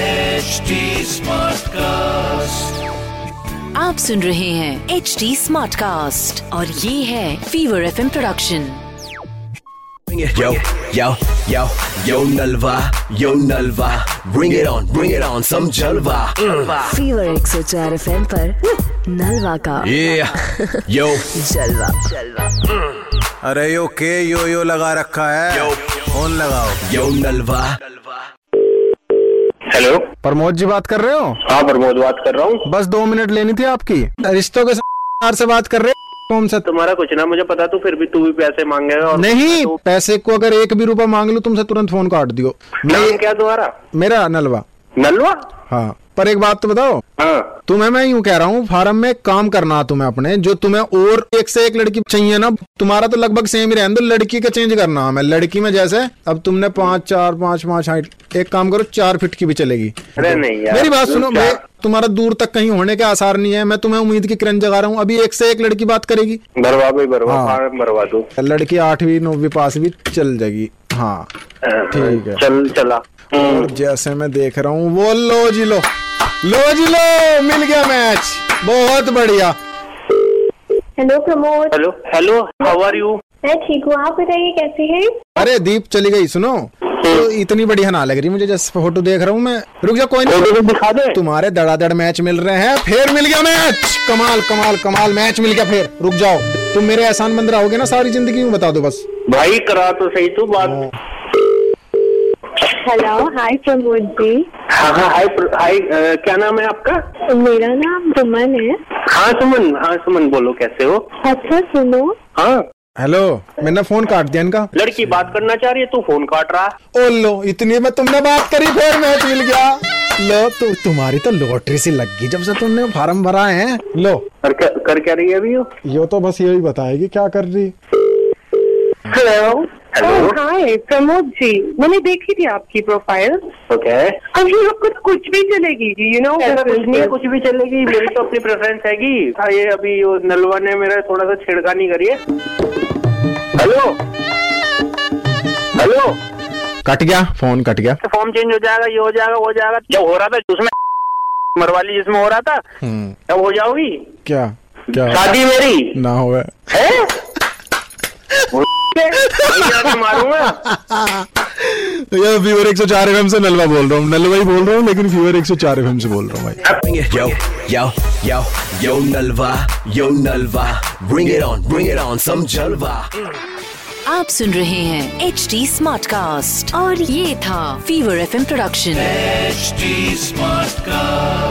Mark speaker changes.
Speaker 1: HD Smartcast.
Speaker 2: आप सुन रहे हैं एच डी स्मार्ट कास्ट और ये है fever F production
Speaker 3: Yo, yo, yo, yo Nalva, yo Nalva, bring it on, bring it on, some Jalva. Mm.
Speaker 2: Fever एक सौ चार एफ एम नलवा का
Speaker 3: Yeah, yo,
Speaker 2: जलवा जलवा
Speaker 4: अरे यो के यो यो लगा रखा है
Speaker 3: Yo.
Speaker 4: फोन लगाओ
Speaker 3: yo Nalva.
Speaker 5: Hello
Speaker 6: Pramod ji बात कर रहे हो
Speaker 5: हाँ प्रमोद बात कर रहा हूँ
Speaker 6: बस दो मिनट लेनी थी आपकी रिश्तों के साथ से बात कर रहे हो तुमसे
Speaker 5: तुम्हारा कुछ ना मुझे पता तू फिर भी तू भी पैसे मांगेगा और
Speaker 6: नहीं पैसे को अगर एक भी रुपया मांग लूं तुमसे तुरंत फोन काट दियो
Speaker 5: नाम
Speaker 6: मैं
Speaker 5: क्या तुम्हारा
Speaker 6: मेरा नलवा
Speaker 5: नलवा
Speaker 6: हाँ पर एक बात तो बताओ
Speaker 5: हाँ
Speaker 6: तुम्हें मैं यूं कह रहा हूँ फार्म में काम करना है तुम्हें अपने जो तुम्हें और एक से एक लड़की चाहिए ना तुम्हारा तो लगभग सेम ही रहने दो लड़की का चेंज करना है मैं लड़की में जैसे अब तुमने पाँच चार पाँच पाँच हाइट एक काम करो चार फीट की भी चलेगी
Speaker 5: अरे नहीं यार
Speaker 6: मेरी बात सुनो
Speaker 5: क्या-
Speaker 6: भाई तुम्हारा दूर तक कहीं होने के आसार नहीं है मैं तुम्हें उम्मीद की किरण जगा रहा हूँ अभी एक से एक लड़की बात करेगी
Speaker 5: भरवा भाई भरवा
Speaker 6: हाँ।
Speaker 5: फार्म भरवा तू
Speaker 6: लड़की आठवीं नौवीं पास भी चल जाएगी हाँ ठीक है।
Speaker 5: चल चला हम्म,
Speaker 6: और जैसे मैं देख रहा हूँ वो लो जी लो लो जी लो मिल गया मैच बहुत बढ़िया
Speaker 7: hello Pramod
Speaker 5: hello hello how are you
Speaker 7: मैं ठीक हूँ आप बताइए कैसे हैं
Speaker 6: अरे दीप चली गई सुनो तो इतनी बढ़िया ना लग रही मुझे जैसे फोटो देख रहा हूँ मैं रुक जा कोई नहीं
Speaker 5: फोटो तो दिखा दे
Speaker 6: तुम्हारे धड़ाधड़ मैच मिल रहे हैं फिर मिल गया मैच कमाल कमाल कमाल मैच मिल गया फिर रुक जाओ तुम मेरे एहसान बंद रहोगे ना सारी जिंदगी यूं बता दो बस
Speaker 5: भाई करा तो सही तू बात
Speaker 7: हेलो हाय प्रमोद जी
Speaker 5: हाँ हाँ हाय प्र- हाय अ, क्या नाम है आपका
Speaker 7: मेरा नाम सुमन है
Speaker 5: हाँ सुमन हाँ सुमन बोलो कैसे हो
Speaker 7: अच्छा सुनो
Speaker 5: हाँ
Speaker 6: हेलो मैंने फोन काट दिया इनका
Speaker 5: लड़की बात करना चाह रही है तू फोन काट रहा है।
Speaker 6: ओ लो इतनी में तुमने बात करी फिर मैच मिल गया लो तो तुम्हारी तो लॉटरी सी लग गई जब से तुमने फार्म भरा है लो
Speaker 5: कर क्या- कर क्या रही है अभी वो?
Speaker 6: यो तो बस यही बताएगी क्या कर रही
Speaker 7: hello
Speaker 5: Hello.
Speaker 7: Hi Pramod ji मैंने देखी थी आपकी प्रोफाइल
Speaker 5: ओके
Speaker 7: अभी आपको तो कुछ भी चलेगी यू नो
Speaker 5: ऐसा कुछ नहीं है, कुछ भी चलेगी मेरी तो अपनी प्रेफरेंस हैगी हाँ, ये अभी वो नलवा ने मेरा थोड़ा सा छेड़खानी करी है हेलो हेलो
Speaker 6: कट गया फोन कट गया
Speaker 5: तो फॉर्म चेंज हो जाएगा ये हो जाएगा वो हो जाएगा जब हो रहा था उसमें मरवाली जिसमें हो रहा था
Speaker 6: हम्म
Speaker 5: तब हो जाओगी
Speaker 6: क्या क्या
Speaker 5: शादी मेरी
Speaker 6: ना होवे
Speaker 5: है वो वहीं जाके मारूंगा
Speaker 6: तो ये फीवर 104 एफएम से नलवा बोल रहा हूँ नलवा ही बोल रहा हूँ लेकिन फीवर 104 एफएम से बोल रहा हूँ भाई
Speaker 3: Yo, yo, yo, yo Nalva, yo Nalva, bring it on, bring it on, some Jalva.
Speaker 2: आप सुन रहे हैं एच डी स्मार्ट कास्ट और ये था fever F production
Speaker 1: HD Smartcast.